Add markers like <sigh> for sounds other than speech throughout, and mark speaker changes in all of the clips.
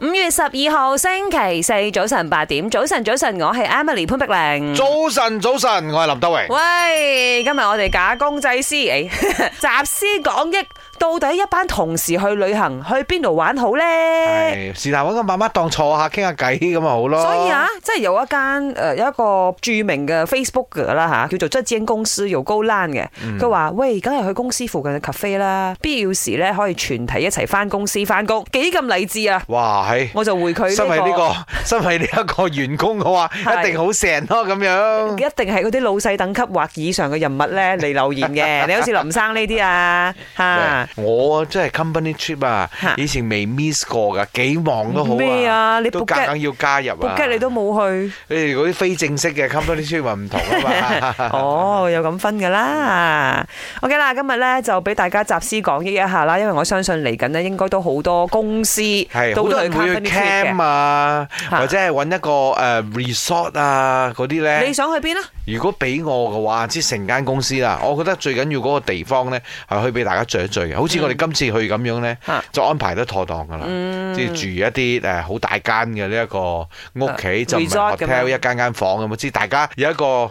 Speaker 1: 月十二號星期四早晨八點，早晨早晨，我係 Emily 潘碧玲。
Speaker 2: 早晨，早晨，我係林德榮。
Speaker 1: 喂，今日我哋假公濟私，誒 <laughs> 集思廣益，到底一班同事去旅行去邊度玩好呢？
Speaker 2: 係是但揾個媽媽檔坐下傾下偈咁咪好咯。
Speaker 1: 所以啊，即係有一間誒、呃有一個著名嘅 Facebook 嘅啦嚇，叫做即係公司要高欄嘅，佢話、喂，梗係去公司附近嘅 cafe 啦，必要時咧可以全體一齊翻公司翻工，幾咁勵志啊！
Speaker 2: 哇，係
Speaker 1: 我就回佢呢、
Speaker 2: 身為呢、個 <laughs> 身為呢一個員工嘅話，
Speaker 1: 係
Speaker 2: 一定好成咯咁樣。
Speaker 1: <laughs> 一定係嗰啲老細等級或以上嘅人物咧嚟留言
Speaker 2: <laughs>
Speaker 1: 嘅，你好似林生呢啲啊嚇。
Speaker 2: 我真係 company trip 啊
Speaker 1: 嚇，
Speaker 2: 以前未 miss 過㗎，幾忙都好
Speaker 1: 咩啊你
Speaker 2: 都
Speaker 1: book
Speaker 2: 夾硬要加入啊。
Speaker 1: book 你都冇去，
Speaker 2: 你哋嗰啲非正式嘅 company trip 咪唔
Speaker 1: <laughs>
Speaker 2: 同啊 <laughs> 嘛。
Speaker 1: 哦，有咁分噶啦。OK 啦，今日咧就俾大家集思廣益一下啦，因為我相信嚟緊咧應該都好多公司
Speaker 2: 係
Speaker 1: 都
Speaker 2: 好多
Speaker 1: 會
Speaker 2: 人會
Speaker 1: company
Speaker 2: 去
Speaker 1: trip
Speaker 2: camp 啊，
Speaker 1: 嚇
Speaker 2: 或者係揾一個誒 resort 啊嗰啲
Speaker 1: 嘅。
Speaker 2: 咧
Speaker 1: 你。想去邊啊？
Speaker 2: 如果俾我嘅話，即係成間公司啦，我覺得最緊要嗰個地方呢，係可以俾大家聚一聚嘅。好似我哋今次去咁樣呢，
Speaker 1: 啊
Speaker 2: 就安排得妥當㗎啦，
Speaker 1: 嗯
Speaker 2: 即係住一啲誒好大間嘅呢一個屋企，就唔
Speaker 1: 啊 resort
Speaker 2: 係
Speaker 1: 咁
Speaker 2: hotel
Speaker 1: 樣
Speaker 2: 一間間房咁，即係大家有一個誒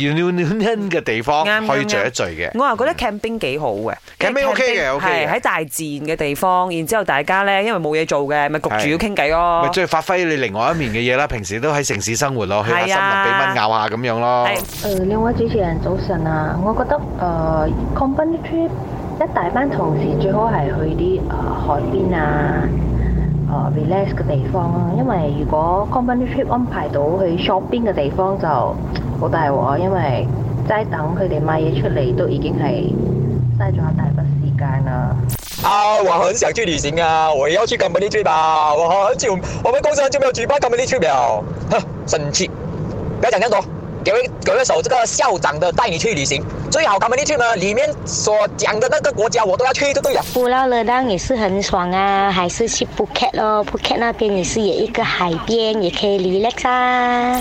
Speaker 2: reunion 嘅地方
Speaker 1: 啱啱嗯
Speaker 2: 可以聚一聚嘅。
Speaker 1: 我又覺得 camping 幾好嘅
Speaker 2: camping OK 嘅 OK 嘅
Speaker 1: 係喺大自然嘅地方，然之後大家咧因為冇嘢做嘅，咪焗住
Speaker 2: 係
Speaker 1: 要傾偈咯
Speaker 2: 咪。即係發揮你另外一面嘅嘢啦，平時都喺城市生活咯，去下森
Speaker 1: 係啊
Speaker 2: 林俾蚊咬下咁樣咯。
Speaker 1: 係
Speaker 3: 誒、兩呃位主持人早晨啊！我覺得誒、company 呃 trip 一大班同事最好係去啲誒、呃海邊啊、誒、relax 嘅地方啊，因為如果 company trip 安排到去 shopping 嘅地方就好大鑊啊，因為齋等佢哋買嘢出嚟都已經係嘥咗一大筆時間啦。
Speaker 4: 啊，我很想去旅行啊，我也要去 company trip 啊，我很久我们公司很久没有举办 company trip 了，哼，生气，不要讲这样多，给我一给我一首这个校长的带你去旅行，最好 company trip 呢，里面所讲的那个国家我都要去就对啊了。
Speaker 5: 布劳勒当也是很爽啊，还是去 Phuket 咯，Phuket 那边也是有一个海边，也可以 relax 啊。